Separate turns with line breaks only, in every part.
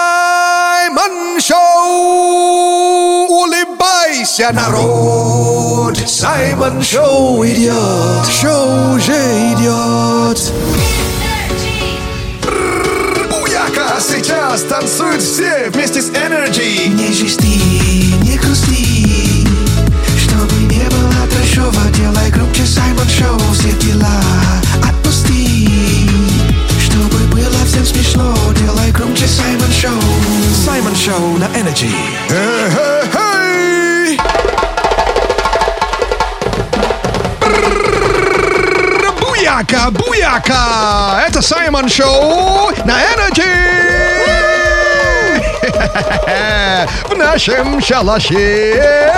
Саймон Шоу! Улыбайся, народ! Саймон Шоу идет! Шоу уже идет! Буяка! Сейчас танцуют все вместе с Energy!
Не жести, не грусти Чтобы не было трэшово Делай громче Саймон Шоу Все дела отпусти Чтобы было всем смешно Делай громче Саймон Шоу Саймон Шоу на Energy
Эй! Брррр, Буяка, буяка! Это Саймон Шоу на Energy! В нашем шалаше!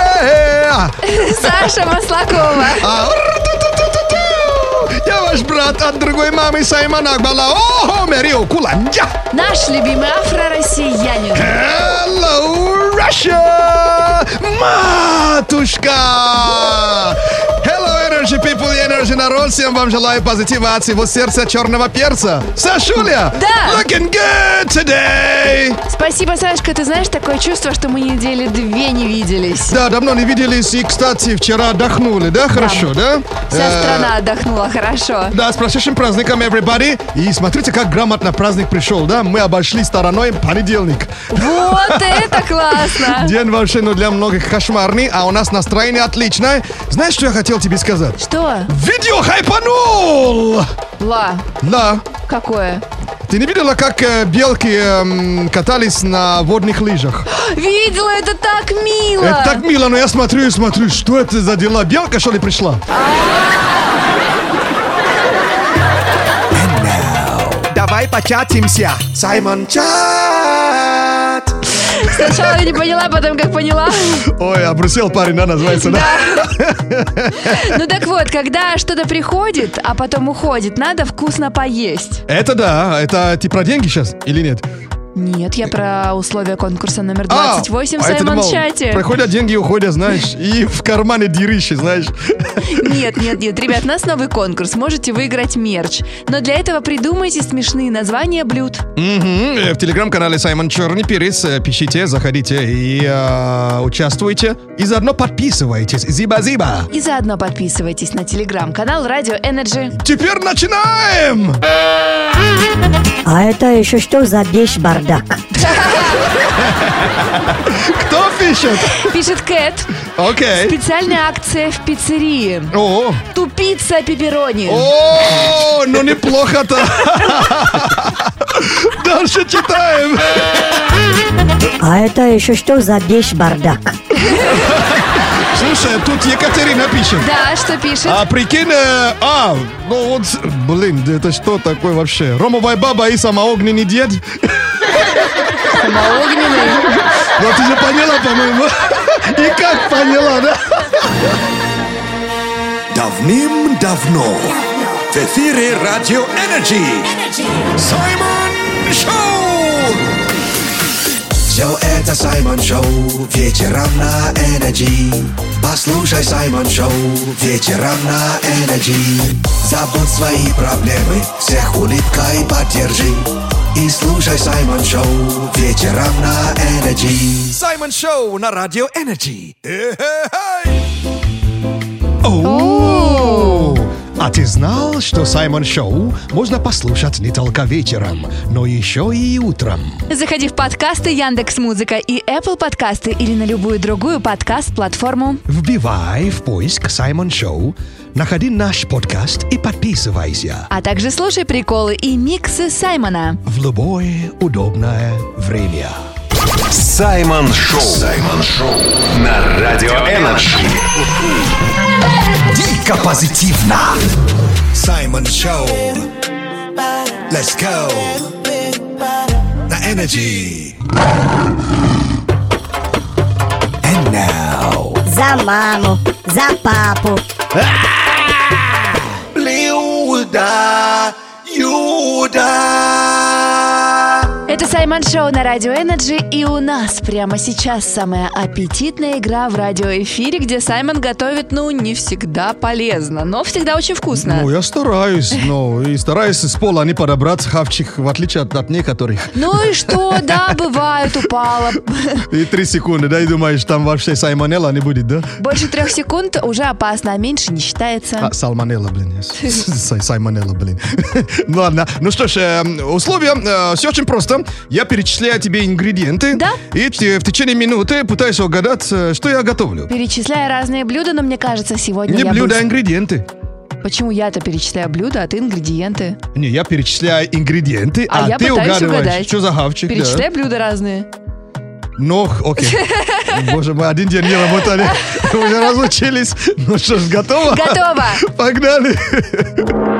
Саша Маслакова.
А, р-ту-ту-ту-ту-ту! Я ваш брат от другой мамы Саймон Акбала. О, Мерио Куланджа!
Наш любимый афро-россиянин.
Hello, Russia! Матушка! Hello, Energy People и Energy народ! Всем вам желаю позитива от всего сердца черного перца! Сашуля!
Да.
Looking good today!
Спасибо, Сашка. Ты знаешь, такое чувство, что мы недели две не виделись.
Да, давно не виделись и, кстати, вчера отдохнули, да? Хорошо, да?
Вся
Э,
страна отдохнула хорошо.
Да, с прошедшим праздником, everybody! И смотрите, как грамотно праздник пришел, да? Мы обошли стороной понедельник.
Вот это классно.
День вообще, ну, для многих кошмарный, а у нас настроение отличное. Знаешь, что я хотел тебе сказать?
Что?
Видео хайпанул!
Ла,
Да.
какое?
Ты не видела, как э, белки эм, катались на водных лыжах?
Видела, это так мило.
Это так мило, но я смотрю и смотрю, что это за дела? Белка, что ли, пришла?
Давай початимся
Саймон Чат!
Сначала я не поняла, потом как поняла.
Ой, обрусел парень, да, называется, да?
Ну так вот, когда что-то приходит, а потом уходит, надо вкусно поесть.
Это да, это ты про деньги сейчас или нет?
Нет, я про условия конкурса номер
А,
28 в
а я
Саймон
думал,
Чате.
Приходят деньги, уходят, знаешь, и в кармане дырищи, знаешь.
Нет, нет, нет, ребят, у нас новый конкурс, можете выиграть мерч. Но для этого придумайте смешные названия блюд.
Мгм. Э, В телеграм-канале Саймон Черный Перец э, пишите, заходите и э, участвуйте. И заодно подписывайтесь. Зиба-зиба.
И заодно подписывайтесь на телеграм-канал Радио Energy.
Теперь начинаем!
А это еще что за вещь бардак?
Кто пишет?
Пишет Кэт.
Окей.
Специальная акция в пиццерии.
О,
Тупица пепперони.
о, ну неплохо-то. Дальше читаем.
А это еще что за вещь бардак?
Слушай, тут Екатерина пишет.
Да, что пишет?
А прикинь, э, а, ну вот, блин, да это что такое вообще? Ромовая баба и самоогненный дед?
Огненный.
Ну ты же поняла, по-моему. И как поняла, да?
Давным-давно В эфире Радио Energy
Саймон Шоу!
Все это Саймон Шоу вечером на Energy. Послушай Саймон Шоу вечером на Energy. Забудь свои проблемы, всех улыбкой поддержи. И слушай Саймон Шоу вечером на Energy. Саймон Шоу на Радио Energy.
Оу. А ты знал, что Саймон Шоу можно послушать не только вечером, но еще и утром?
Заходи в подкасты Яндекс Музыка и Apple подкасты или на любую другую подкаст-платформу.
Вбивай в поиск Саймон Шоу, находи наш подкаст и подписывайся
А также слушай приколы и миксы Саймона.
в любое удобное время.
Саймон Шоу. Саймон Шоу. На Радио Энерджи.
Дико позитивно. Саймон Шоу. Let's go. На Energy. And now.
За маму, за папу.
Блюда. Юда.
Это Это Саймон Шоу на Радио Энерджи, и у нас прямо сейчас самая аппетитная игра в радиоэфире, где Саймон готовит, ну, не всегда полезно, но всегда очень вкусно.
Ну, я стараюсь, но и стараюсь с пола не подобраться хавчих, в отличие от, от некоторых.
Ну и что, да, бывает, упала.
И три секунды, да, и думаешь, там вообще саймонелла не будет, да?
Больше трех секунд уже опасно, а меньше не считается.
А, сальмонелла, блин. я с- сай- Саймонелла, блин. Ну ладно. Ну что ж, э, условия, все очень просто. Я перечисляю тебе ингредиенты.
Да.
И те- в течение минуты пытаюсь угадать, э, что я готовлю.
Перечисляя разные блюда, но мне кажется, сегодня
Не
Ну, я
блюда, а
быстро-
ингредиенты.
Почему я-то перечисляю блюда, а ты ингредиенты?
Не, я перечисляю ингредиенты,
А
а,
я
ты
пытаюсь
угадываешь,
угадать.
что за хавчик. да.
Перечисляй блюда разные.
Ну, х- окей. Боже, мы один день не работали. Уже разучились. Ну что ж, готово?
Готово!
Погнали.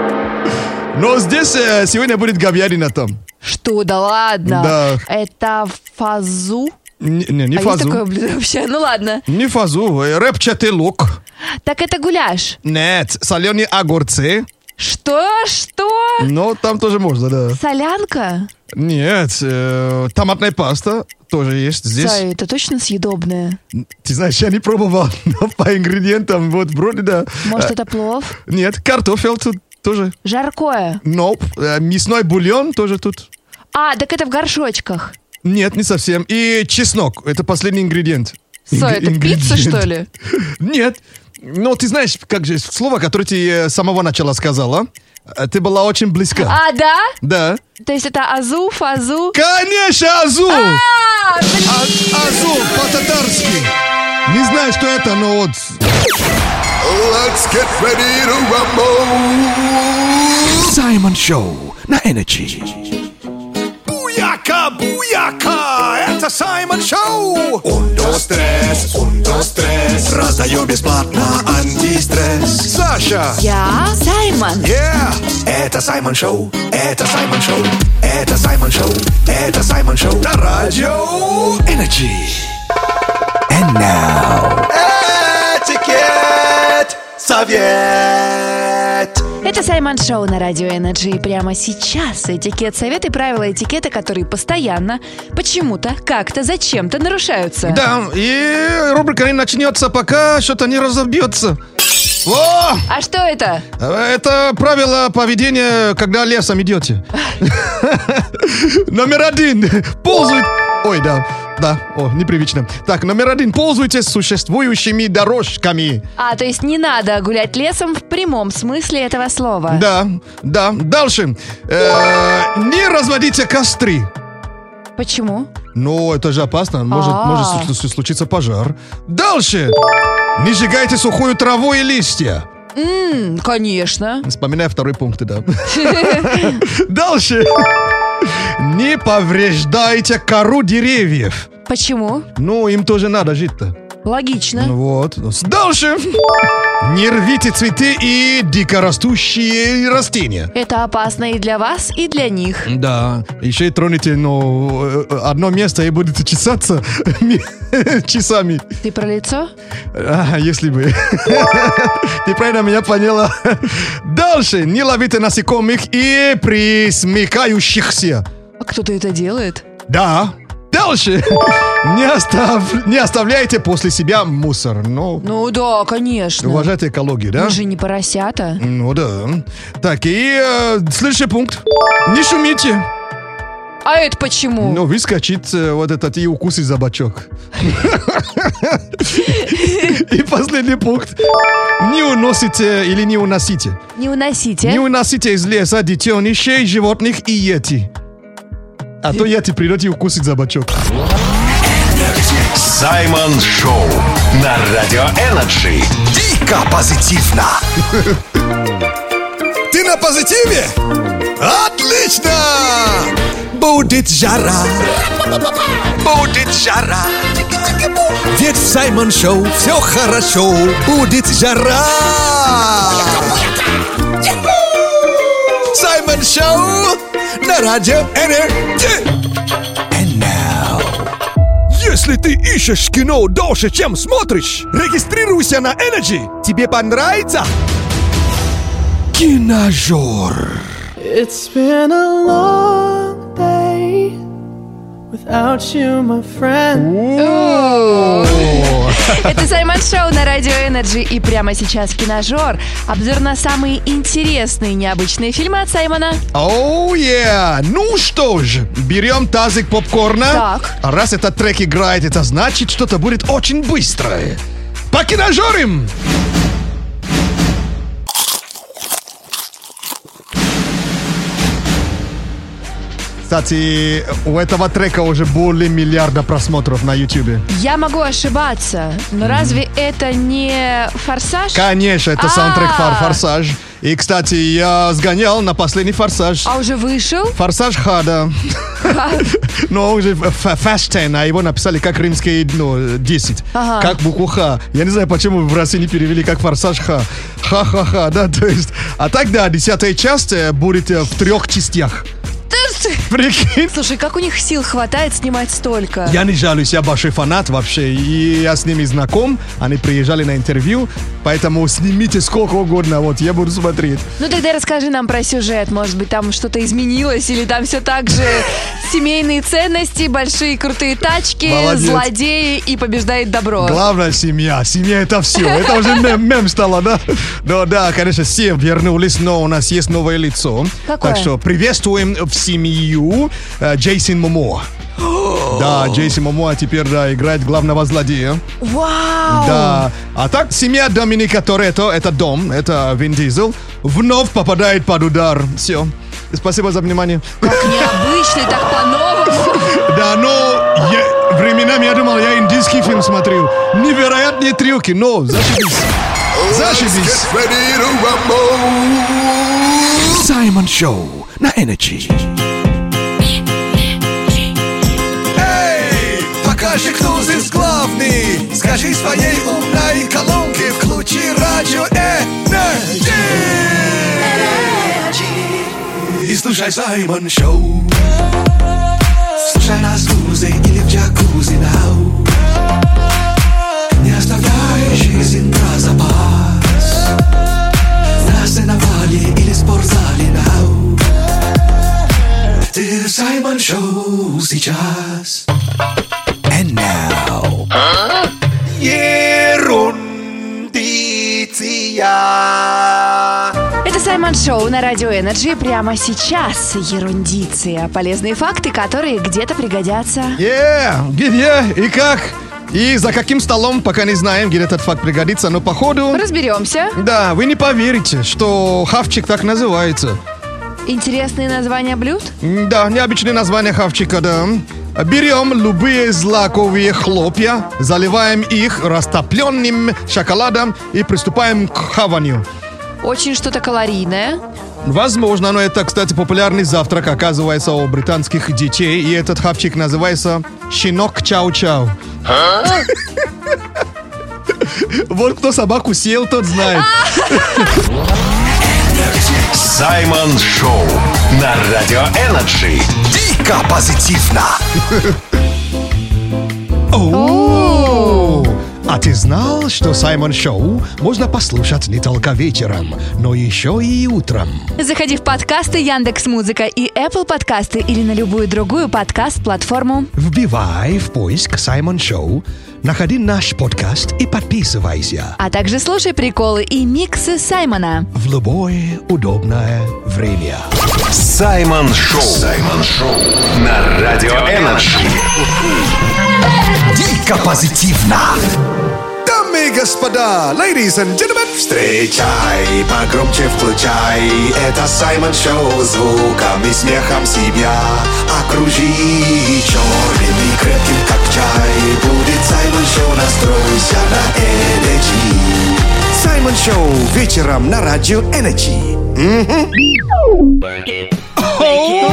Но здесь э, сегодня будет говядина там.
Что, да ладно?
Да.
Это фазу?
Н- Не, не
а есть
фазу.
такое блюдо вообще? Ну ладно.
Не фазу. э, Репчатый лук.
Так это гуляш.
Нет, соленые огурцы.
Что? Что?
Но там тоже можно, да.
Солянка?
Нет, э, томатная паста тоже есть здесь.
Сай, это точно съедобное?
Ты знаешь, я не пробовал, но по ингредиентам вот вроде да.
Может,
Э,
это плов?
Нет, картофель тут тоже.
Жаркое?
Nope. Э, Мясной бульон тоже тут.
А, так это в горшочках.
Нет, не совсем. И чеснок. Это последний ингредиент.
Сой,
Инг-
это пицца,
ингредиент.
что ли?
Нет. Но ты знаешь, как же слово, которое ты э, с самого начала сказала, э, ты была очень близка.
А, да?
Да.
То есть это азу, фазу?
Конечно, Азу! А-
А, блин!
Азу по-татарски. Не знаю, что это, но вот...
Let's get ready to rumble. Саймон Шоу на Energy. Буяка, буяка, это Саймон Шоу. Он до стресс, он до стресс. Раздаю бесплатно антистресс. Саша.
Я Саймон.
Yeah. Это Саймон Шоу, это Саймон Шоу, это Саймон Шоу, это Саймон Шоу. На радио Energy. And now. Этикет. Совет.
Это Саймон Шоу на Радио Энерджи. И прямо сейчас этикет, советы, правила этикета, которые постоянно, почему-то, как-то, зачем-то нарушаются.
Да, и рубрика не начнется, пока что-то не разобьется. О!
А что это?
Э, Это правило поведения, когда лесом идете. Номер один. Ползуйте... Ой, да. Да, о, непривычно. Так, номер один. Ползуйте с существующими дорожками.
А, то есть не надо гулять лесом в прямом смысле этого слова.
Да, да. Дальше. Э, не разводите костры.
Почему?
Ну, это же опасно. Может,
А.
может су- су- случиться пожар. Дальше. Не сжигайте сухую траву и листья.
М, конечно.
Вспоминаю второй пункт, да. Дальше. Не повреждайте кору деревьев.
Почему?
Ну, им тоже надо жить-то.
Логично.
Ну Вот. Дальше. Не рвите цветы и дикорастущие растения.
Это опасно и для вас, и для них.
Да. Еще и троните, ну, э, одно место и будете чесаться часами.
Ты про лицо?
А, если бы. Ты правильно меня поняла. Дальше. Не ловите насекомых и присмыкающихся.
А кто-то это делает?
Да. Дальше. Не, остав- не оставляйте после себя мусор. Ну,
Ну да, конечно.
уважайте экологию, да?
Мы же не поросята.
Ну да. Так, и э, следующий пункт. Не шумите.
А это почему?
Ну, выскочит э, вот этот и укусит за бочок. И последний пункт. Не уносите или не уносите.
Не уносите.
Не уносите из леса детенышей, животных и ети. А то ети придет и укусит за бочок.
Саймон Шоу на Радио Энерджи.
Дико позитивно. Ты на позитиве? Отлично! Будет жара. Будет жара. Ведь в Саймон Шоу все хорошо. Будет жара. Саймон Шоу на радио Энерджи. And now. Если ты ищешь кино дольше, чем смотришь, регистрируйся на Energy. Тебе понравится? Киножор.
It's been a long day Without you, my friend.
Это Саймон Шоу на Радио Энерджи и прямо сейчас киножор. Обзор на самые интересные необычные фильмы от Саймона.
Оу, yeah. Ну что ж, берем тазик попкорна.
Так.
А Раз этот трек играет, это значит, что-то будет очень быстрое. Покиножорим! Кстати, у этого трека уже более миллиарда просмотров на Ютубе.
Я могу ошибаться, но разве это не форсаж?
Конечно, это
А.
саундтрек фар «Форсаж». И, кстати, я сгонял на последний «Форсаж».
А уже вышел?
Форсаж Хада. Ну, а Но уже э, Fast 10, а его написали как римский ну, 10.
Ага.
Как букву Х. Я не знаю, почему в России не перевели как Форсаж Ха. Ха-ха-ха, да, то есть. А тогда десятая часть э, будет э, в трех частях. Прикинь.
Слушай, как у них сил хватает снимать столько?
Я не жалуюсь, я большой фанат вообще, и я с ними знаком, они приезжали на интервью, поэтому снимите сколько угодно, вот, я буду смотреть.
Ну тогда расскажи нам про сюжет. Может быть, там что-то изменилось, или там все так же семейные ценности, большие крутые тачки,
Молодец.
злодеи и побеждает добро.
Главное семья. Семья это все. Это уже мем, мем стало, да? Да, да, конечно, все вернулись, но у нас есть новое лицо.
Какое?
Так что приветствуем в семью э, Джейсон Момо. Да, Джейсон Момо а теперь да, играет главного злодея.
Вау!
Да. А так, семья Доминика Торетто, это дом, это Вин Дизель, вновь попадает под удар. Все. Спасибо за внимание.
Необычный, так по-новому.
Да, но я- временами я думал, я индийский фильм смотрел. Невероятные трюки, но зашибись. Зашибись.
Саймон Шоу на Energy. Эй, покажи, кто здесь главный. Скажи своей умной колонке, включи радио Energy. И слушай Саймон Шоу. Слушай на слузе или в джакузи нау. Не оставляй жизнь на запас. На сеновале или спортзале нау. Ты Саймон Шоу сейчас. And now. Ерундиция.
Это Саймон Шоу на Радио Энерджи. Прямо сейчас ерундиция. Полезные факты, которые где-то пригодятся.
Yeah, где и как? И за каким столом, пока не знаем, где этот факт пригодится, но походу...
Разберемся.
Да, вы не поверите, что хавчик так называется.
Интересные названия блюд?
М, Да, необычное название хавчика, да. Берем любые злаковые хлопья, заливаем их растопленным шоколадом и приступаем к хаванию.
Очень что-то калорийное.
Возможно, но это, кстати, популярный завтрак, оказывается, у британских детей. И этот хавчик называется «Щенок Чау-Чау». Вот кто собаку съел, тот знает.
Саймон Шоу на Радио Энерджи.
Дико позитивно.
Оу. А ты знал, что Саймон Шоу можно послушать не только вечером, но еще и утром?
Заходи в подкасты Яндекс Музыка и Apple подкасты или на любую другую подкаст-платформу.
Вбивай в поиск Саймон Шоу, находи наш подкаст и подписывайся
А также слушай приколы и миксы Саймона.
в любое удобное время.
Саймон Шоу. Саймон Шоу на Радио Энерджи.
Дико позитивно. Дамы и господа, ladies and gentlemen, встречай, погромче включай. Это Саймон Шоу, звуком и смехом себя окружи. Черным и крепким, как чай, будет Саймон Шоу, настройся на Energy. Саймон Шоу вечером на радио Energy.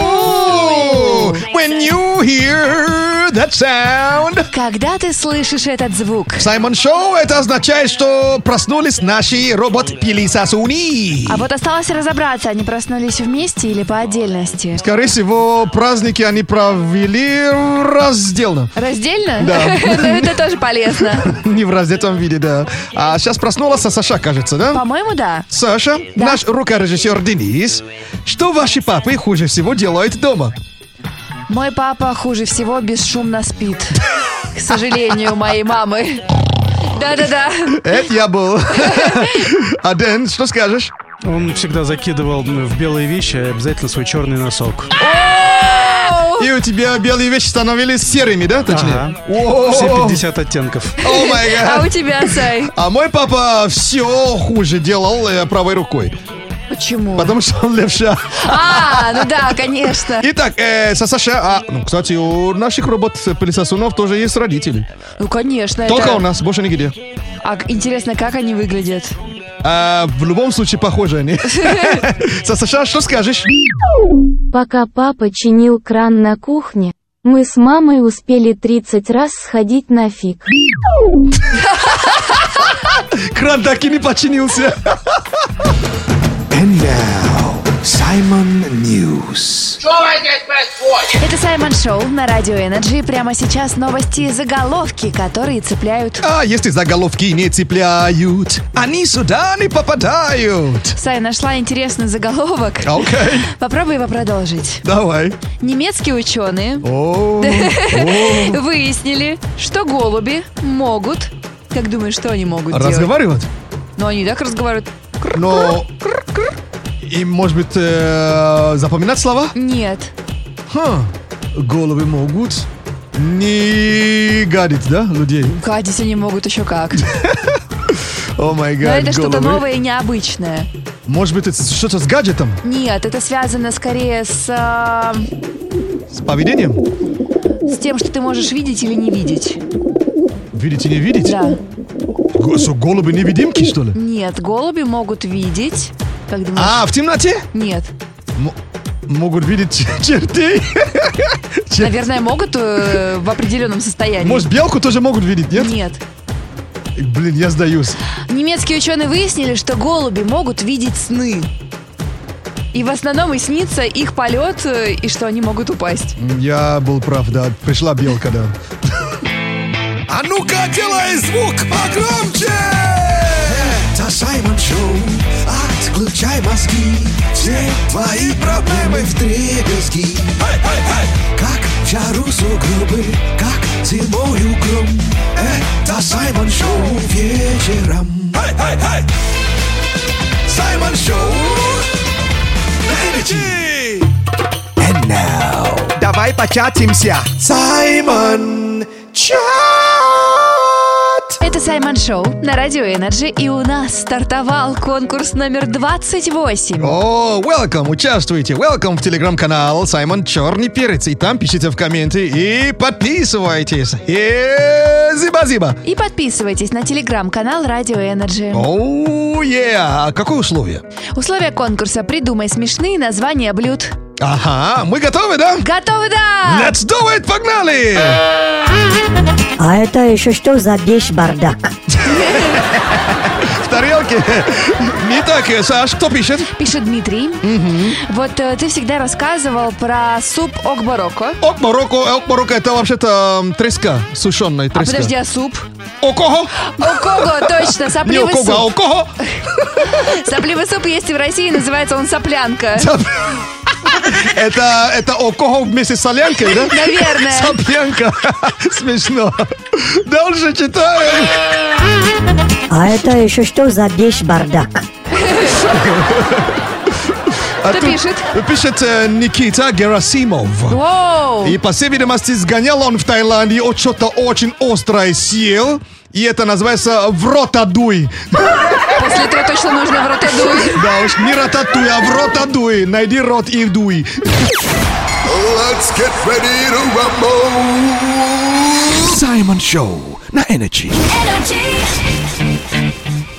Oh, when you hear that sound.
Когда ты слышишь этот звук?
Саймон Шоу, это означает, что проснулись наши робот-пилисосуни.
А вот осталось разобраться, они проснулись вместе или по отдельности?
Скорее всего, праздники они провели раздельно.
Раздельно?
Да.
Это- Это тоже полезно.
Не в раздетом виде, да. А сейчас проснулась Саша, кажется, да?
По-моему, да.
Саша,
Да.
наш рукорежиссер Денис, что ваши папы хуже всего делают дома?
Мой папа хуже всего бесшумно спит. К сожалению, моей мамы. Да-да-да.
Это я был. А Дэн, что скажешь?
Он всегда закидывал ну, в белые вещи обязательно свой черный носок.
И у тебя белые вещи становились серыми, да, точнее?
Ага.
О,
Все 50 оттенков.
О май
А
гад.
у тебя, Сай?
А мой папа все хуже делал э, правой рукой,
Почему?
потому что он левша.
А, ну да, конечно.
Итак, э, со США, а, ну, кстати, у наших робот-пылесосунов тоже есть родители.
Ну, конечно.
Только
это-
у нас, больше нигде.
А интересно, как они выглядят?
А, в любом случае, похожи они. Со США, что скажешь?
Пока папа чинил кран на кухне, мы с мамой успели 30 раз сходить на фиг.
Кран так и не починился.
And now, Simon News.
Это Саймон Шоу на Радио Энерджи. Прямо сейчас новости и заголовки, которые цепляют.
А если заголовки не цепляют, они сюда не попадают.
Сай, нашла интересный заголовок.
Окей,
Попробуй его продолжить.
давай.
Немецкие ученые
О, о.
выяснили, что голуби могут... Как думаешь, что они могут делать?
Разговаривать?
Ну, они и так разговаривают.
Но... И, может быть, э, запоминать слова?
Нет.
Ха. Головы могут не гадить, да, людей?
Гадить они могут еще как.
О май
Но
гад,
это что-то
головы.
новое и необычное.
Может быть, это что-то с гаджетом,
Нет, это связано скорее с, а,
с поведением?
с тем, что ты можешь видеть или не видеть.
Видите, не видите?
Да.
Го- что, голуби невидимки, что ли?
Нет, голуби могут видеть. Как думаешь?
А, в темноте?
Нет.
М- могут видеть чер- черты.
Наверное, могут э, в определенном состоянии.
Может, белку тоже могут видеть, нет?
Нет.
Блин, я сдаюсь.
Немецкие ученые выяснили, что голуби могут видеть сны. И в основном и снится их полет, э, и что они могут упасть.
Я был прав, да. Пришла белка, да.
А ну-ка, делай звук погромче! Это Саймон Шоу, отключай мозги, все твои проблемы в дребезги. Как в жару сугробы, как зимою гром, это Саймон Шоу вечером. Саймон Шоу на Energy. And now, давай початимся. Саймон Чат.
Это Саймон Шоу на Радио Энерджи, и у нас стартовал конкурс номер 28.
О, welcome, участвуйте. Welcome в телеграм-канал Саймон Черный Перец. И там пишите в комменты и подписывайтесь. И зиба-зиба.
И подписывайтесь на телеграм-канал Радио Энерджи.
Оу, е, а какое условие?
Условия конкурса «Придумай смешные названия блюд».
Ага, мы готовы, да?
Готовы, да?
Let's do it, погнали!
А это еще что за вещь бардак?
В тарелке. Не так, э, Саш, кто пишет?
Пишет Дмитрий. Вот э, ты всегда рассказывал про суп окбароко.
Окмарок, о- окмарок э, это вообще-то м, треска, сушеная
А
треска.
подожди, а суп?
Окого?
Окого, точно,
Не
сопливый
окого, а
суп.
окого?
Сопливый суп есть и в России, называется он соплянка.
Это, это окого вместе с солянкой, да?
Наверное.
Соплянка. Смешно. Дальше читаем.
А это еще что за вещь бардак?
А
Кто
тут
пишет?
Пишет э, Никита Герасимов.
Воу!
И, по всей видимости, сгонял он в Таиланде от что-то очень острое съел. И это называется вротадуй.
После этого точно нужно в рот и дуй.
Да уж, не рататуй, а вротадуй. Найди рот и дуй.
Let's get ready to rumble. Саймон Шоу на Energy.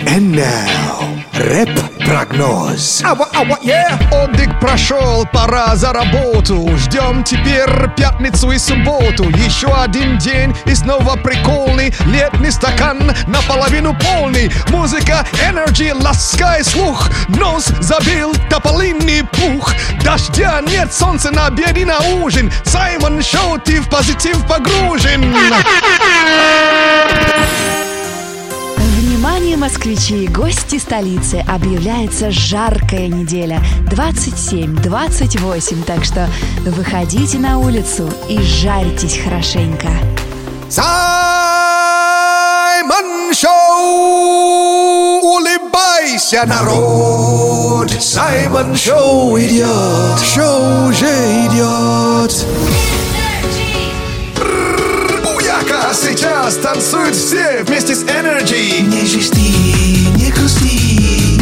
And now, рэп-прогноз.
Ава, ава, yeah. Отдых прошел, пора за работу. Ждем теперь пятницу и субботу. Еще один день и снова прикольный. Летний стакан наполовину полный. Музыка, энергии, ласкай слух. Нос забил тополинный пух. Дождя нет, солнце на обед и на ужин. Саймон Шоу, ты в позитив погружен.
Внимание, москвичи и гости столицы! Объявляется жаркая неделя. 27-28, так что выходите на улицу и жарьтесь хорошенько.
Саймон Шоу! Улыбайся, народ! Саймон Шоу идет! Шоу уже идет!
Буяка сейчас танцуют все вместе с Energy.
Не жести, не грусти,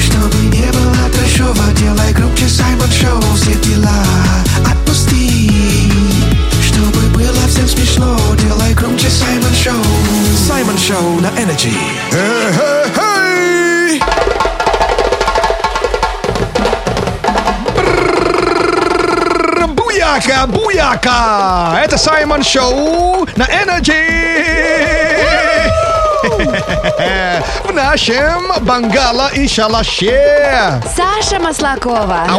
чтобы не было трэшово, делай громче Саймон Шоу, все дела отпусти, чтобы было всем смешно, делай громче Саймон Шоу. Саймон Шоу на Energy.
Эй! Брррр, Буяка, буяка! Это Саймон Шоу на Energy! В нашем бангала и шалаше.
Саша Маслакова.
Ау!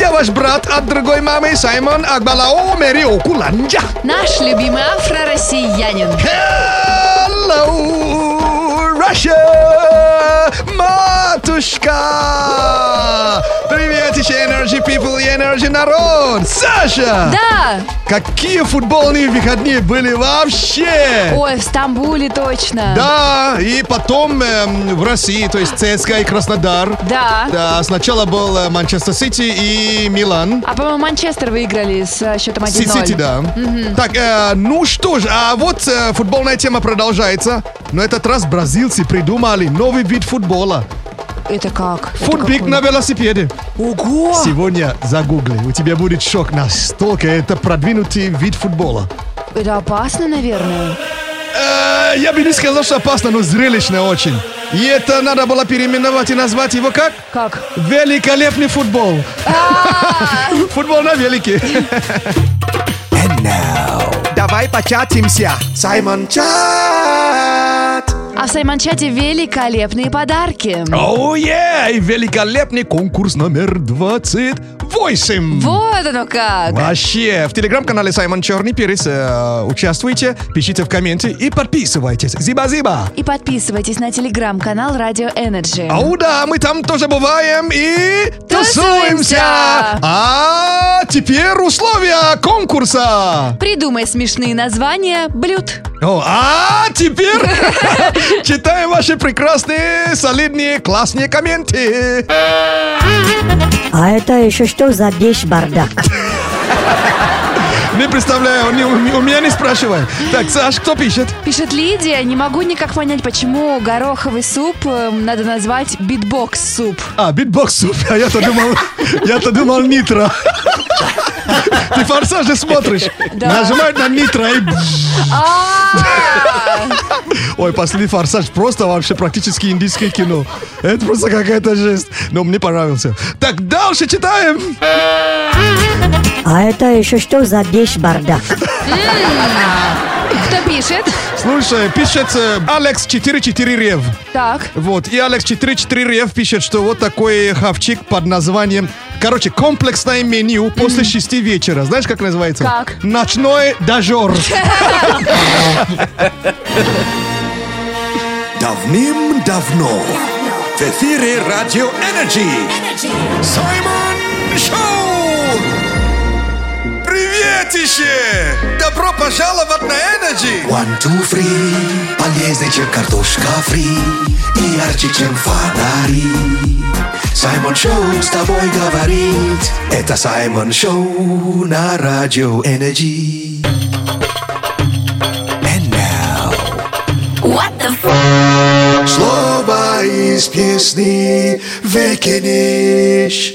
Я ваш брат от другой мамы Саймон Акбалао Мерио Куланджа.
Наш любимый афро-россиянин.
Hello, Russia! Матушка! Привет, еще Energy People и Energy народ! Саша!
Да!
Какие футбольные выходные были вообще!
Ой, в Стамбуле точно.
Да, и потом эм, в России, то есть ЦСКА и Краснодар.
Да.
Да, сначала был э, Манчестер Сити и Милан.
А, по-моему, Манчестер выиграли с э, счетом 1-0.
Си- Сити, да. Так, э, ну что ж, а вот э, футбольная тема продолжается. Но этот раз бразильцы придумали новый вид футбола.
Это как? Это
Футбик
какой?
на велосипеде.
Ого!
Сегодня загугли, у тебя будет шок. Настолько это продвинутый вид футбола.
Это опасно, наверное.
Э, я бы не сказал, что опасно, но зрелищно очень. И это надо было переименовать и назвать его как?
Как?
Великолепный футбол. Футбол на велике.
Давай початимся. Саймон Чат!
А в Саймончате великолепные подарки.
Оу, И великолепный конкурс номер 28.
Вот оно как.
Вообще, в телеграм-канале Саймон Черный Перец э, участвуйте, пишите в комменты и подписывайтесь. Зиба-зиба.
И подписывайтесь на телеграм-канал Радио Energy.
Ау да, мы там тоже бываем и
Тусуемся.
тусуемся. А теперь условия конкурса.
Придумай смешные названия блюд.
О, а теперь читаем ваши прекрасные, солидные, классные комменты.
А это еще что за бардак?
Не представляю, не- у меня не спрашивай. Так, Саш, кто пишет?
Пишет Лидия, не могу никак понять, почему гороховый суп э, надо назвать битбокс-суп.
А, битбокс суп. А я-то думал, я-то думал нитро. Ты форсаж же смотришь.
Да.
Нажимают на нитро и...
А!
Ой, последний форсаж просто вообще практически индийское кино. Это просто какая-то жесть. Но мне понравился. Так, дальше читаем.
А это еще что за бардак?
Кто пишет?
Слушай, пишет э, Алекс 44 Рев.
Так.
Вот, и Алекс 44 Рев пишет, что вот такой хавчик под названием... Короче, комплексное меню после шести вечера. Знаешь, как называется?
Как?
Ночной дожор.
Давным-давно в эфире Радио Энерджи Саймон Шоу! Приветище! Добро пожаловать на Энерджи! One, two, three, полезнее, чем картошка фри И ярче, чем фонари Саймон Шоу с тобой говорит Это Саймон Шоу на Радио Энерджи And now Слово из песни «Выкинешь».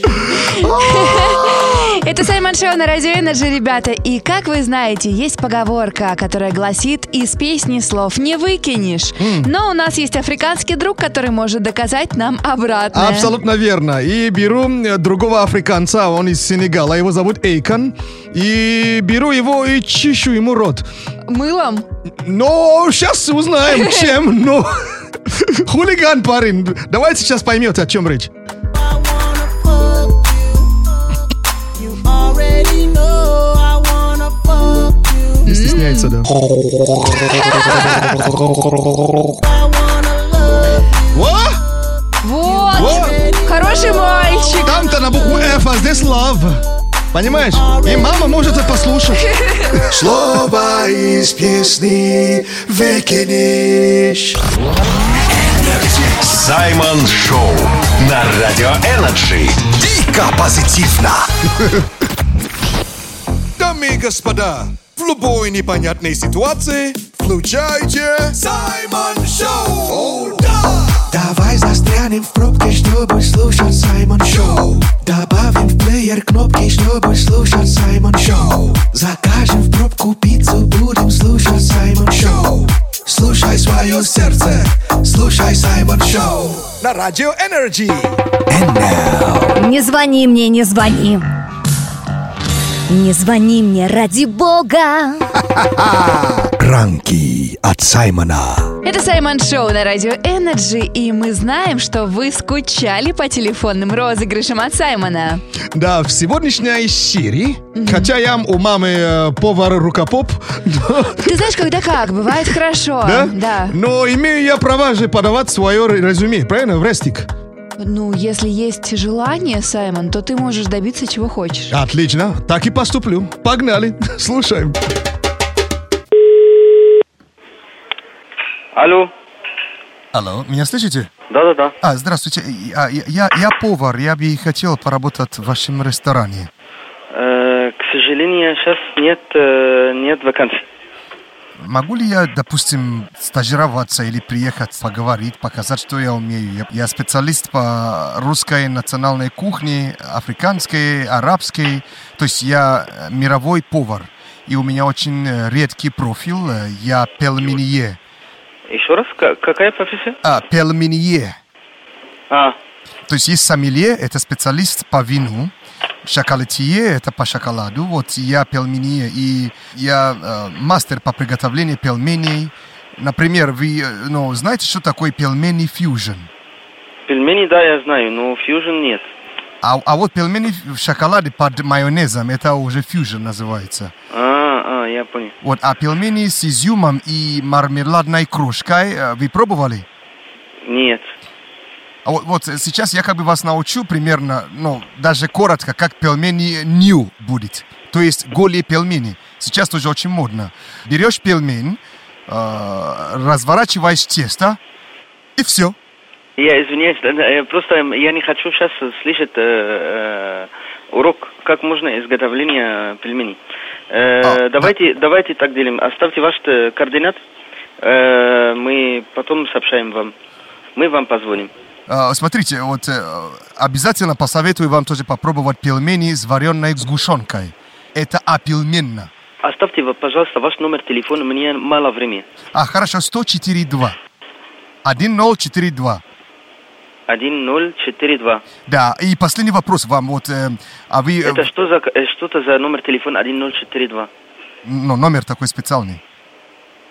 Это Саймон Шоу на Радио Энерджи, ребята. И как вы знаете, есть поговорка, которая гласит «из песни слов не выкинешь». Но у нас есть африканский друг, который может доказать нам обратное.
Абсолютно верно. И беру э, другого африканца, он из Сенегала, его зовут Эйкон. И беру его и чищу ему рот.
Мылом?
Ну,
Но сейчас узнаем, чем, но... Хулиган, парень. Давайте сейчас поймете, о чем речь.
I wanna fuck you. You already know I wanna fuck you.
Не стесняйтесь.
нравится, да.
I wanna love.
Во!
Вот!
Во!
Хороший мальчик!
Там-то на букву F, а здесь love. Понимаешь? И мама может это послушать.
Слово из песни выкинешь.
Саймон Шоу на Радио Энерджи.
Дико позитивно. Дамы и господа, в любой непонятной ситуации включайте Саймон Шоу. Давай застрянем в пробке, чтобы слушать Саймон Шоу. Добавим в плеер кнопки, чтобы слушать Саймон Шоу. Закажем в пробку пиццу, будем слушать Саймон Шоу. Слушай свое сердце, слушай Саймон Шоу. На радио Energy.
Не звони мне, не звони. Не звони мне, ради бога.
Ранки от Саймона.
Это Саймон Шоу на Радио Энерджи, и мы знаем, что вы скучали по телефонным розыгрышам от Саймона.
Да, в сегодняшней серии, хотя я у мамы э,
eh,
повар рукопоп, но-
Ты знаешь, когда как, бывает хорошо.
да?
Да.
Но имею я права же подавать свое ре- резюме, правильно, в рестик?
Ну, если есть желание, Саймон, то ты можешь добиться чего хочешь.
Отлично, так и поступлю. Погнали, слушаем.
Алло.
Алло, меня слышите?
Да-да-да.
А, здравствуйте. Я, я- я, я повар, я бы хотел поработать в вашем ресторане.
Э, к сожалению, сейчас нет, э, нет вакансий.
Могу ли я, допустим, стажироваться или приехать, поговорить, показать, что я умею? Я, я специалист по русской национальной кухне, африканской, арабской. То есть я э, мировой повар. И у меня очень э, редкий профиль. Э, Я пельменье.
Еще раз, ка- какая профессия?
А, пельменье.
А,
То есть есть сомелье, это специалист по вину. Шоколатье – это по шоколаду. Вот я пельмени, и я э, мастер по приготовлению пельменей. Например, вы э, ну, знаете, что такое пельмени фьюжн?
пельмени, да, я знаю, но фьюжн нет.
А, а вот пельмени в шоколаде под майонезом, это уже фьюжн называется.
А, а, я понял.
Вот, а пельмени с изюмом и мармеладной крошкой э, вы пробовали?
Нет.
А вот, вот сейчас я как бы вас научу примерно, ну, даже коротко, как пельмени new будет. То есть голые пельмени. Сейчас тоже очень модно. Берешь пельмень, э, разворачиваешь тесто, и все.
Я извиняюсь, да, да, я просто э, я не хочу сейчас слышать э, э, урок, как можно изготовление пельменей. Э, давайте, давайте так делаем. Оставьте ваш э, координат. Э, мы потом сообщаем вам. Мы вам позвоним.
Э, смотрите, вот э, обязательно посоветую вам тоже попробовать пельмени с вареной сгущенкой. Это опельменно.
Оставьте, пожалуйста, ваш номер телефона, мне мало времени.
А, хорошо, 104.2. 1042.
1042.
Да, и последний вопрос вам. Вот, э, а вы... э,
Это что за э, что-то за номер телефона 1042?
ну, номер такой специальный.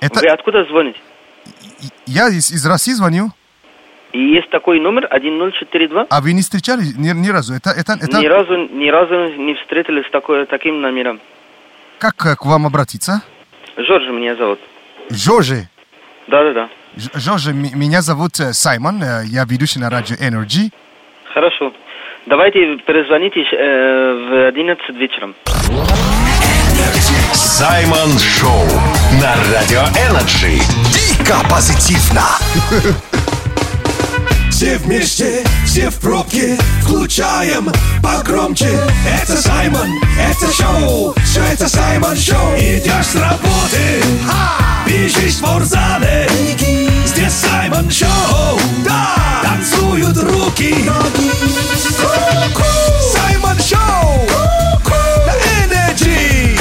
Это
Вы откуда звоните?
я из, из России звоню,
И есть такой номер 1042?
а вы не встречали ни, ни разу. Это, это, это
Ни разу ни разу не встретились с такой таким номером.
как э, к вам обратиться?
Жорж меня зовут.
Жоржи.
Да-да-да.
Ж- Жоржи, м- меня зовут э, Саймон, э, я ведущий на радио Energy.
Хорошо. Давайте перезвоните э, в 11 вечером.
Саймон Шоу на Радио Энерджи.
Дико позитивно. Все вместе, все в пробке, включаем погромче. Это Саймон, это шоу, все это Саймон Шоу. Идешь с работы, бежишь в спортзале. Здесь Саймон Шоу, да, танцуют руки. Ку-ку. Саймон Шоу, на Energy.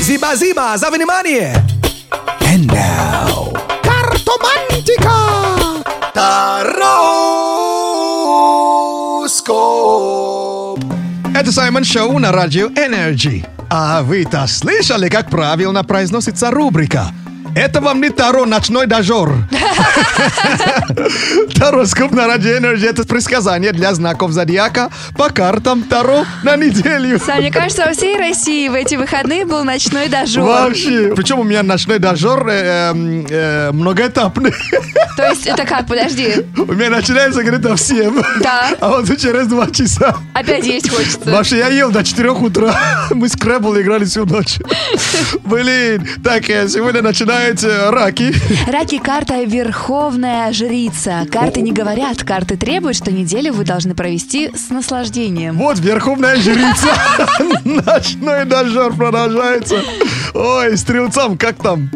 Зиба, зиба, за внимание! And now... Картомантика! Тароскоп!
Это Саймон Шоу на Радио Energy. А вы-то слышали, как правильно произносится рубрика?
Это вам не Таро, ночной дожор. Тароскоп на Радио Energy это предсказание для знаков зодиака по картам Таро на неделю.
Сам, мне кажется, во всей России в эти выходные был ночной дожор.
Вообще. Причем у меня ночной дожор э, э, э, многоэтапный.
То есть это как? Подожди.
У меня начинается где-то в 7.
Да.
А вот через 2 часа.
Опять есть хочется.
Вообще, я ел до 4 утра. Мы с Крэббл играли всю ночь. Блин. Так, э, сегодня начинаются раки.
Раки – карта «Верховная жрица». Карты не говорят, карты требуют, что неделю вы должны провести с наслаждением.
Вот верховная жрица. Ночной дожор продолжается. Ой, стрелцам, как там?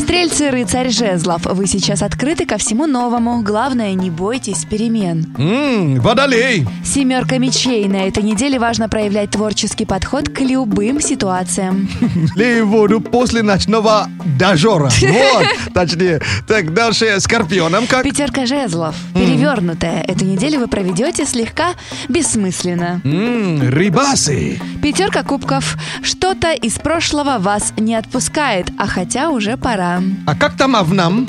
Стрельцы, рыцарь жезлов, вы сейчас открыты ко всему новому. Главное, не бойтесь перемен.
М, водолей.
Семерка мечей. На этой неделе важно проявлять творческий подход к любым ситуациям.
Лей воду после ночного дожора. Вот, точнее. Так, дальше скорпионом как?
Пятерка жезлов. Перевернутая. Эту неделю вы проведете слегка бессмысленно.
М, Рыбасы.
Пятерка кубков. Что-то из прошлого вас не отпускает, а хотя уже пора.
А как там Авнам?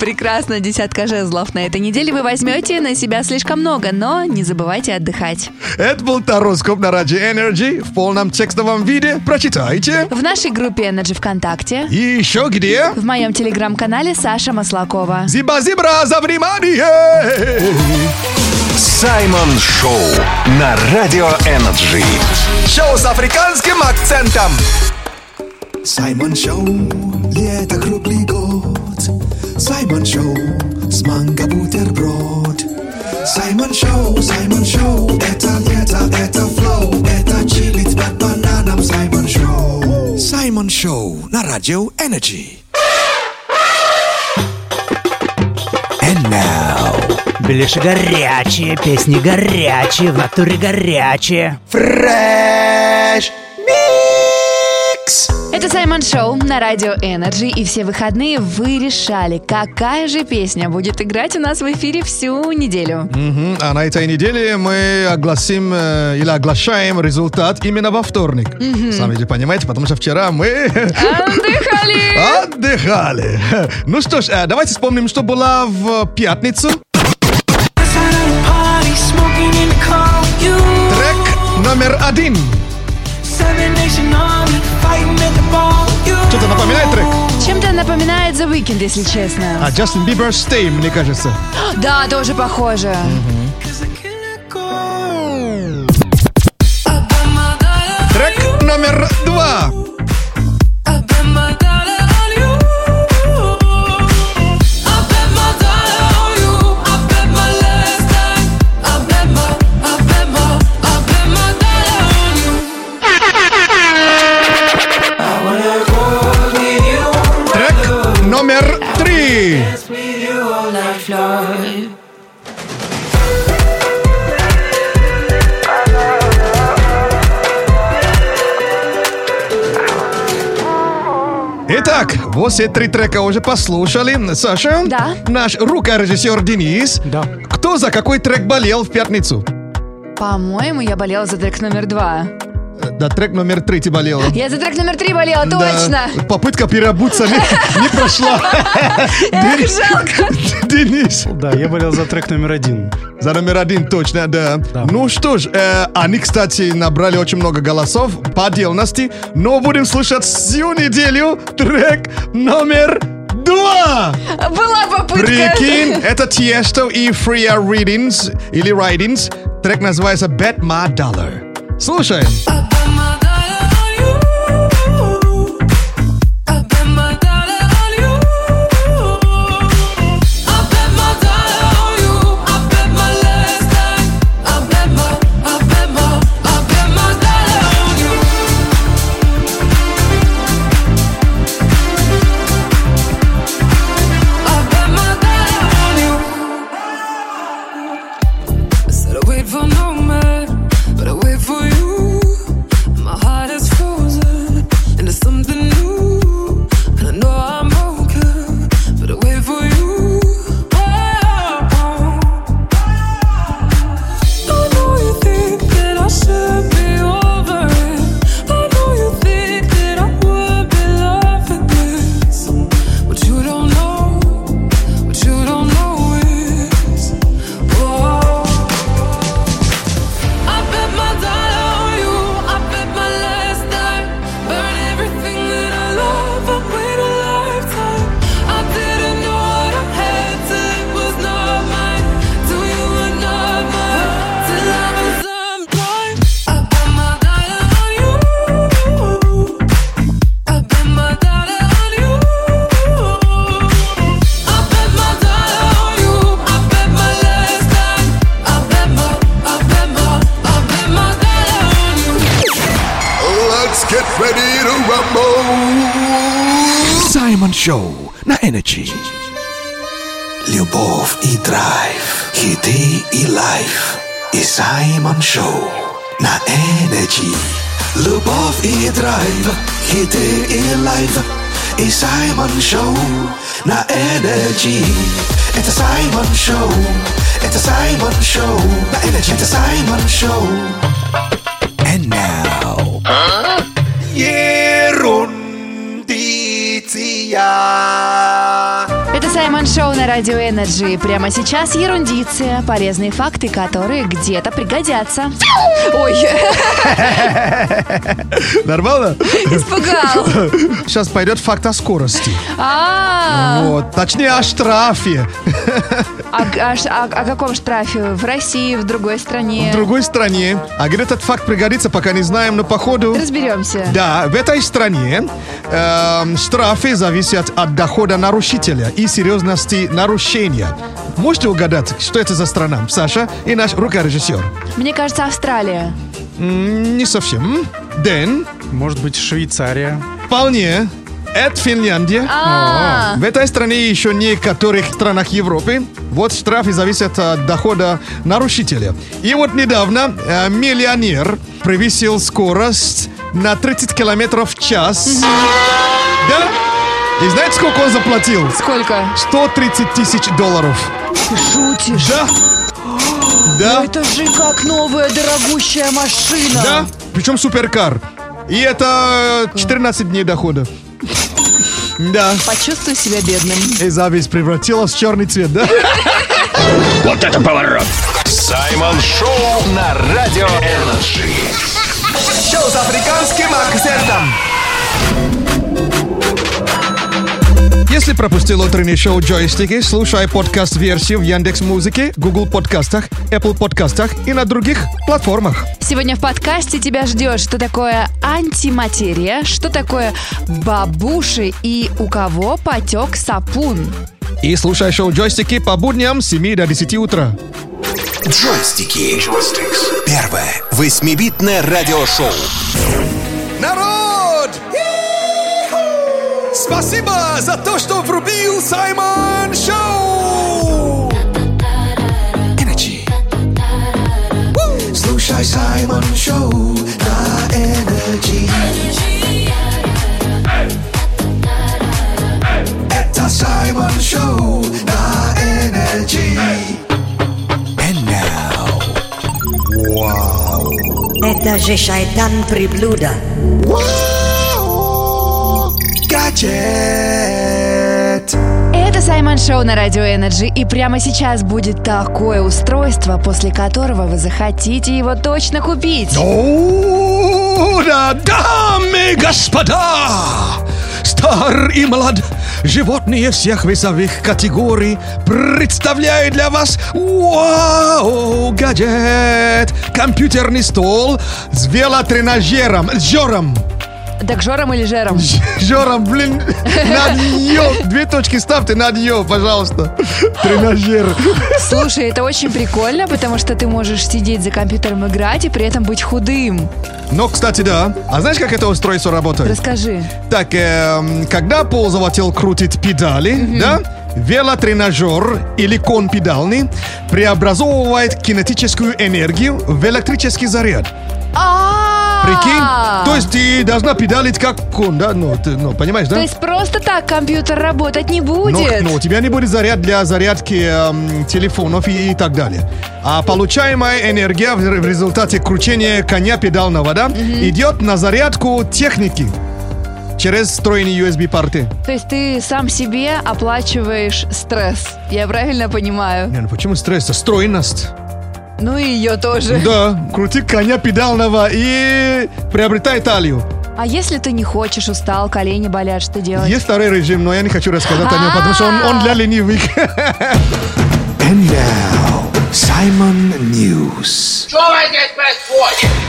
Прекрасно, десятка жезлов. На этой неделе вы возьмете на себя слишком много, но не забывайте отдыхать.
Это был Тароскоп на Раджи Energy в полном текстовом виде. Прочитайте.
В нашей группе Energy ВКонтакте,
И еще где?
в моем телеграм-канале Саша Маслакова.
Зиба-зибра за внимание!
Саймон Шоу на Радио Энерджи.
Шоу с африканским акцентом.
Саймон Шоу, лето круглый год. Саймон Шоу, с манго бутерброд. Саймон Шоу, Саймон Шоу, это лето, это флоу, это чилит под бананом. Саймон Шоу. Саймон Шоу на Радио Энерджи.
Ближе горячие, песни горячие, в натуре горячие.
Фрэш!
Это Саймон Шоу на Радио Энерджи, и все выходные вы решали, какая же песня будет играть у нас в эфире всю неделю.
Мгм. А на этой неделе мы огласим э, или оглашаем результат именно во вторник. Сами же понимаете, потому что вчера мы отдыхали. Отдыхали. Ну что ж, э, давайте вспомним, что было в пятницу.
Party smoking in the car with you.
Трек номер один.
Seven Nation Army fighting at the bar with you.
Что-то напоминает трек?
Чем-то напоминает The Weeknd, если честно.
А Justin Bieber Stay, мне кажется.
Да, тоже похоже.
Трек номер два. Трек номер три. Итак, вот все три трека уже послушали. Саша?
Да.
Наш рукорежиссер Денис.
Да.
Кто за какой трек болел в пятницу?
По-моему, я болела за трек номер два.
Э, Да, трек номер три ты болела.
Я за трек номер три болела, точно.
Да. Попытка переобуться не, не прошла.
Эх, жалко.
Денис.
Да, я болел за трек номер один.
За номер один, точно, да. Ну что ж, э, они, кстати, набрали очень много голосов по отдельности, но будем слушать всю неделю трек номер два.
Была попытка.
Прикинь, это Тиесто и Freya Readings или Ridings. Трек называется Bet My Dollar. Слушаем.
Said I wait for no man, but I wait for you.
Шоу на Energy. Любовь и драйв, хиты и лайф. И Саймон Шоу на Energy. e Любовь и драйв, хиты и лайф. И Саймон Шоу на Energy. Это Саймон Шоу, это Саймон Шоу на Energy. Это Саймон Шоу. And now...
Это Саймон Шоу на Радио Энерджи. Прямо сейчас ерундиция, полезные факты, которые где-то пригодятся. Ой,
Нормально?
Испугал.
Сейчас пойдет факт о скорости.
а
Вот, точнее о штрафе.
а а ш- а- о каком штрафе? В России, в другой стране?
В другой стране. А где этот факт пригодится, пока не знаем, но походу...
Разберемся.
Да, в этой стране эм, штрафы зависят от дохода нарушителя и серьезности нарушения. Можете угадать, что это за страна, Саша и наш рукорежиссер?
Мне кажется, Австралия.
М, Не совсем. Дэн? Может быть, Швейцария? Вполне. Это Финляндия.
А.
В этой стране и еще некоторых странах Европы. Вот штрафы зависят от дохода нарушителя. И вот недавно э, миллионер превысил скорость на 30 километров в час. Да? И знаете, сколько он заплатил?
Сколько?
130 тысяч долларов.
Ты шутишь?
Да. Да.
Это же как новая дорогущая машина.
Да, причем суперкар. И это 14 дней дохода. Да.
Почувствуй себя бедным.
И зависть превратилась в черный цвет, да?
Вот это поворот! Саймон Шоу на Радио Энерджи.
Шоу с африканским акцентом.
Если пропустил утренний шоу «Джойстики», слушай подкаст-версию в Яндекс Музыке, Google подкастах, Apple подкастах и на других платформах.
Сегодня в подкасте тебя ждет, что такое антиматерия, что такое бабуши и у кого потек сапун.
И слушай шоу «Джойстики» по будням с 7 до 10 утра.
Джойстики. Первое. Восьмибитное радиошоу.
Народ! Спасибо за то, что врубил Саймон Шоу! Energy. Woo! Слушай Саймон Шоу на Energy. Это Саймон Шоу на Energy. And now... Вау!
Это же шайтан приблюда.
Гаджет!
Это Саймон Шоу на Радио Энерджи, и прямо сейчас будет такое устройство, после которого вы захотите его точно купить.
О, да, дамы и господа! Стар и молод, животные всех весовых категорий представляют для вас вау гаджет, компьютерный стол с велотренажером, с жором.
Так жором или жером?
Жором, блин, на нее. Две точки ставьте на нее, пожалуйста. Тренажер.
Слушай, это очень прикольно, потому что ты можешь сидеть за компьютером играть и при этом быть худым.
Но, кстати, да. А знаешь, как это устройство работает?
Расскажи.
Так, эм, когда пользователь крутит педали, да, велотренажер или кон педальный преобразовывает кинетическую энергию в электрический заряд.
А.
Прикинь? То есть ты должна педалить как кон, да? Ну, ты, ну понимаешь, да? Ну,
То есть просто так компьютер работать не будет.
Но, но у тебя не будет заряд для зарядки эм, телефонов и, и так далее. А получаемая энергия в, в результате кручения коня педального, да, идет на зарядку техники через встроенные USB-порты.
То есть ты сам себе оплачиваешь стресс. Я правильно понимаю?
Не, ну почему стресс? Это стройность.
Ну и ее тоже.
Да, крути коня педального и приобретай талию.
А если ты не хочешь, устал, колени болят, что делать?
Есть второй режим, но я не хочу рассказать о нем, потому что он, он для ленивых.
And now, Simon News.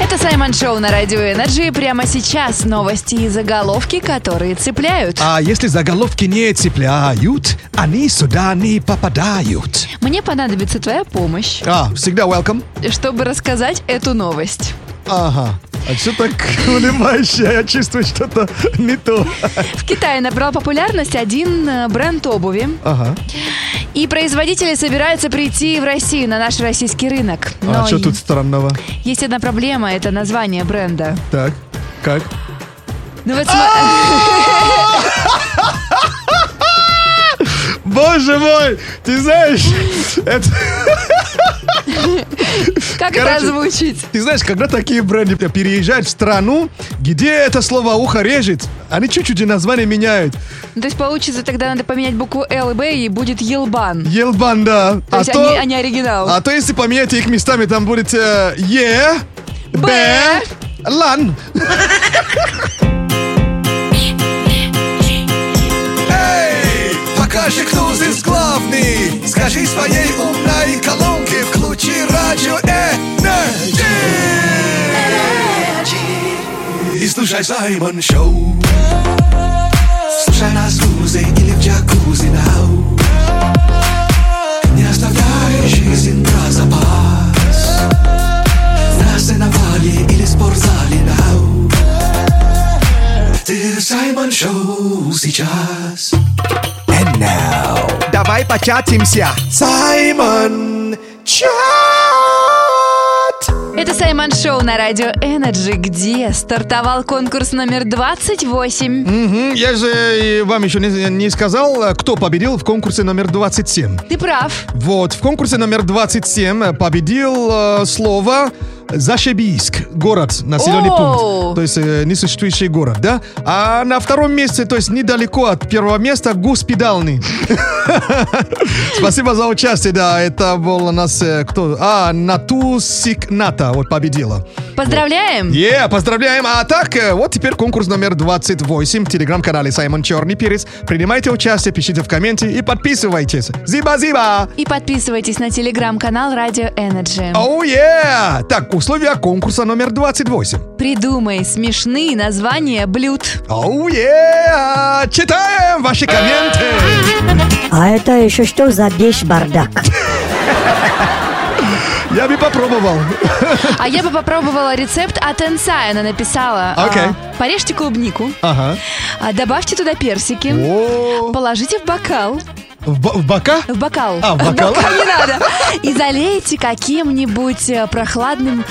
Это Саймон Шоу на Радио Энерджи. И Прямо сейчас новости и заголовки, которые цепляют.
А если заголовки не цепляют, они сюда не попадают.
Мне понадобится твоя помощь,
А, всегда welcome.
чтобы рассказать эту новость.
Ага. А что так улыбаешься? Я чувствую что-то не то.
В Китае набрал популярность один э, бренд обуви.
Ага.
И производители собираются прийти в Россию на наш российский рынок.
А что тут странного?
Есть одна проблема, это название бренда.
Так, как?
Ну вот
А!
смо-
Боже мой, ты знаешь, это...
Как это
Короче,
озвучить?
Ты знаешь, когда такие бренды переезжают в страну, где это слово ухо режет, они чуть-чуть и название меняют.
Ну, То есть получится тогда надо поменять букву Л и Б и будет Елбан.
Елбан, да.
То есть они- они оригинал.
А то если поменяете их местами, там будет э, Е, Б, Лан.
Эй, покажи, кто здесь главный Скажи своей умной колонке Включи радио Energy И слушай Саймон Шоу Слушай нас в лузе или в джакузи now Не оставляй жизнь на запас На сеновале или спортзале now Ты Саймон Шоу сейчас
And now. Давай початимся. Саймон Чат.
Это Саймон Шоу на радио Energy, где стартовал конкурс номер 28.
Мгм, Я же и вам еще не, не сказал, э, кто победил в конкурсе номер 27.
Ты прав.
Вот, в конкурсе номер 27 э, победил э, слово Зашибийск, город, населенный
О!
пункт, то есть э, несуществующий город, да? А на втором месте, то есть недалеко от первого места, Госпитальный. Спасибо за участие, да, это был у нас э, кто? А, Нату Сикната, вот победила.
Поздравляем!
Е, поздравляем! А так, э, вот теперь конкурс номер 28 в телеграм-канале Саймон Черный Перец. Принимайте участие, пишите в комменте и подписывайтесь. Зиба-зиба!
И подписывайтесь на телеграм-канал Радио Energy.
Оу, е! Так, условия конкурса номер 28.
Придумай смешные названия блюд.
Оу, е! Читаем ваши комменты!
А это еще что за вещь бардак?
Я бы попробовал.
А я бы попробовала рецепт от Энсай. Она написала. а,
Окей.
Порежьте клубнику,
Ага.
а, добавьте туда персики, положите в бокал.
В, ба- в бока?
В бокал.
А, в бокал?
не надо. И залейте каким-нибудь э, прохладным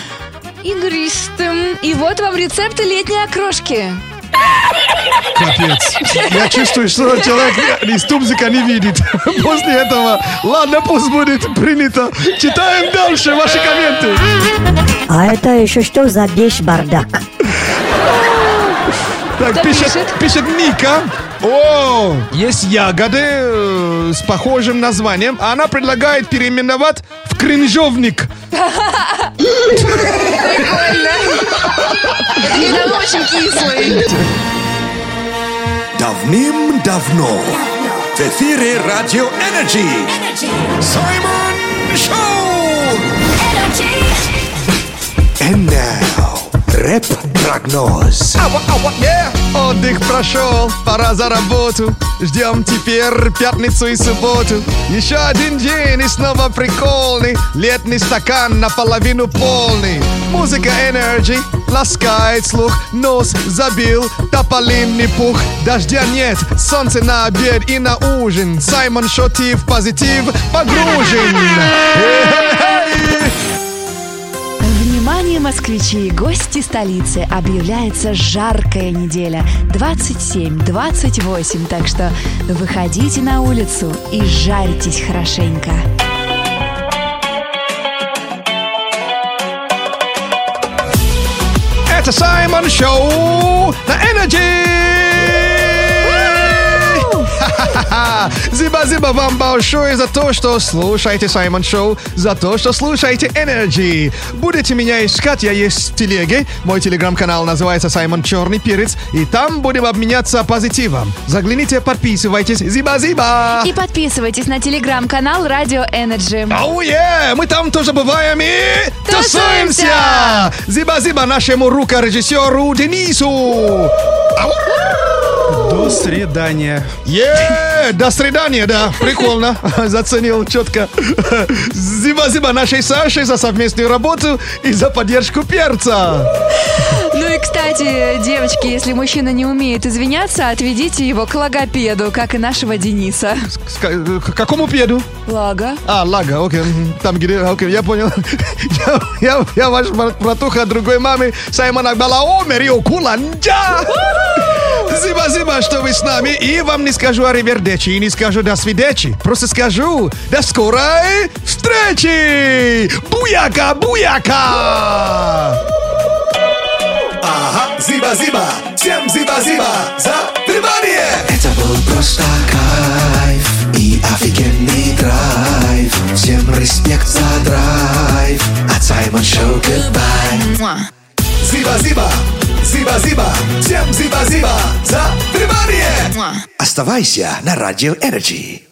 игристым. И вот вам рецепты летней окрошки.
Капец. Я чувствую, что человек из тубзика не видит. После этого, ладно, пусть будет принято. Читаем дальше ваши комменты.
А это еще что за вещь бардак?
Так, пишет, пишет Ника. О, есть ягоды э, с похожим названием. Она предлагает переименовать в кринжовник.
Прикольно. Это не на очень кислый.
Давным-давно в эфире Радио Energy. Саймон Шоу! And now, рэп-прогноз.
Отдых прошел, пора за работу. Ждем теперь пятницу и субботу. Еще один день и снова прикольный. Летний стакан наполовину полный. Музыка Energy ласкает слух. Нос забил, тополинный пух. Дождя нет, солнце на обед и на ужин. Саймон Шотив, позитив, погружен.
Внимание, москвичи и гости столицы! Объявляется жаркая неделя. 27-28, так что выходите на улицу и жарьтесь хорошенько.
Это Саймон Шоу на Energy! Ха-ха-ха! Зиба-зиба вам большое за то, что слушаете Саймон Шоу, за то, что слушаете Energy. Будете меня искать, я есть в телеге. Мой телеграм-канал называется Саймон Черный Перец, и там будем обменяться позитивом. Загляните, подписывайтесь. Зиба-зиба!
И подписывайтесь на телеграм-канал Радио Energy.
Оу, е! Мы там тоже бываем и...
Тусуемся!
Тусуемся! Зиба-зиба нашему рукорежиссеру Денису! Ау!
До свидания.
Е, до свидания, да, прикольно, заценил четко. Зима-зима нашей Саше за совместную работу и за поддержку перца.
Ну и, кстати, девочки, если мужчина не умеет извиняться, отведите его к логопеду, как и нашего Дениса.
К к какому педу?
Лага.
А, лага, окей. Мгм, Там, где... Окей, я понял. Я, я, я ваш брат- братуха другой мамы. Саймон Акбала Омерио Куланджа. Зима-зима, что вы с нами. И вам не скажу о и не скажу до свидечи. Просто скажу до скорой встречи. Буяка, буяка.
Ага, зиба-зиба, всем зиба-зиба за внимание! Это был просто кайф
E
и офигенный драйв. Всем респект за драйв. От Саймон Шоу goodbye. Зиба-зиба, зиба-зиба, всем зиба-зиба за внимание! Оставайся на Радио Энерджи.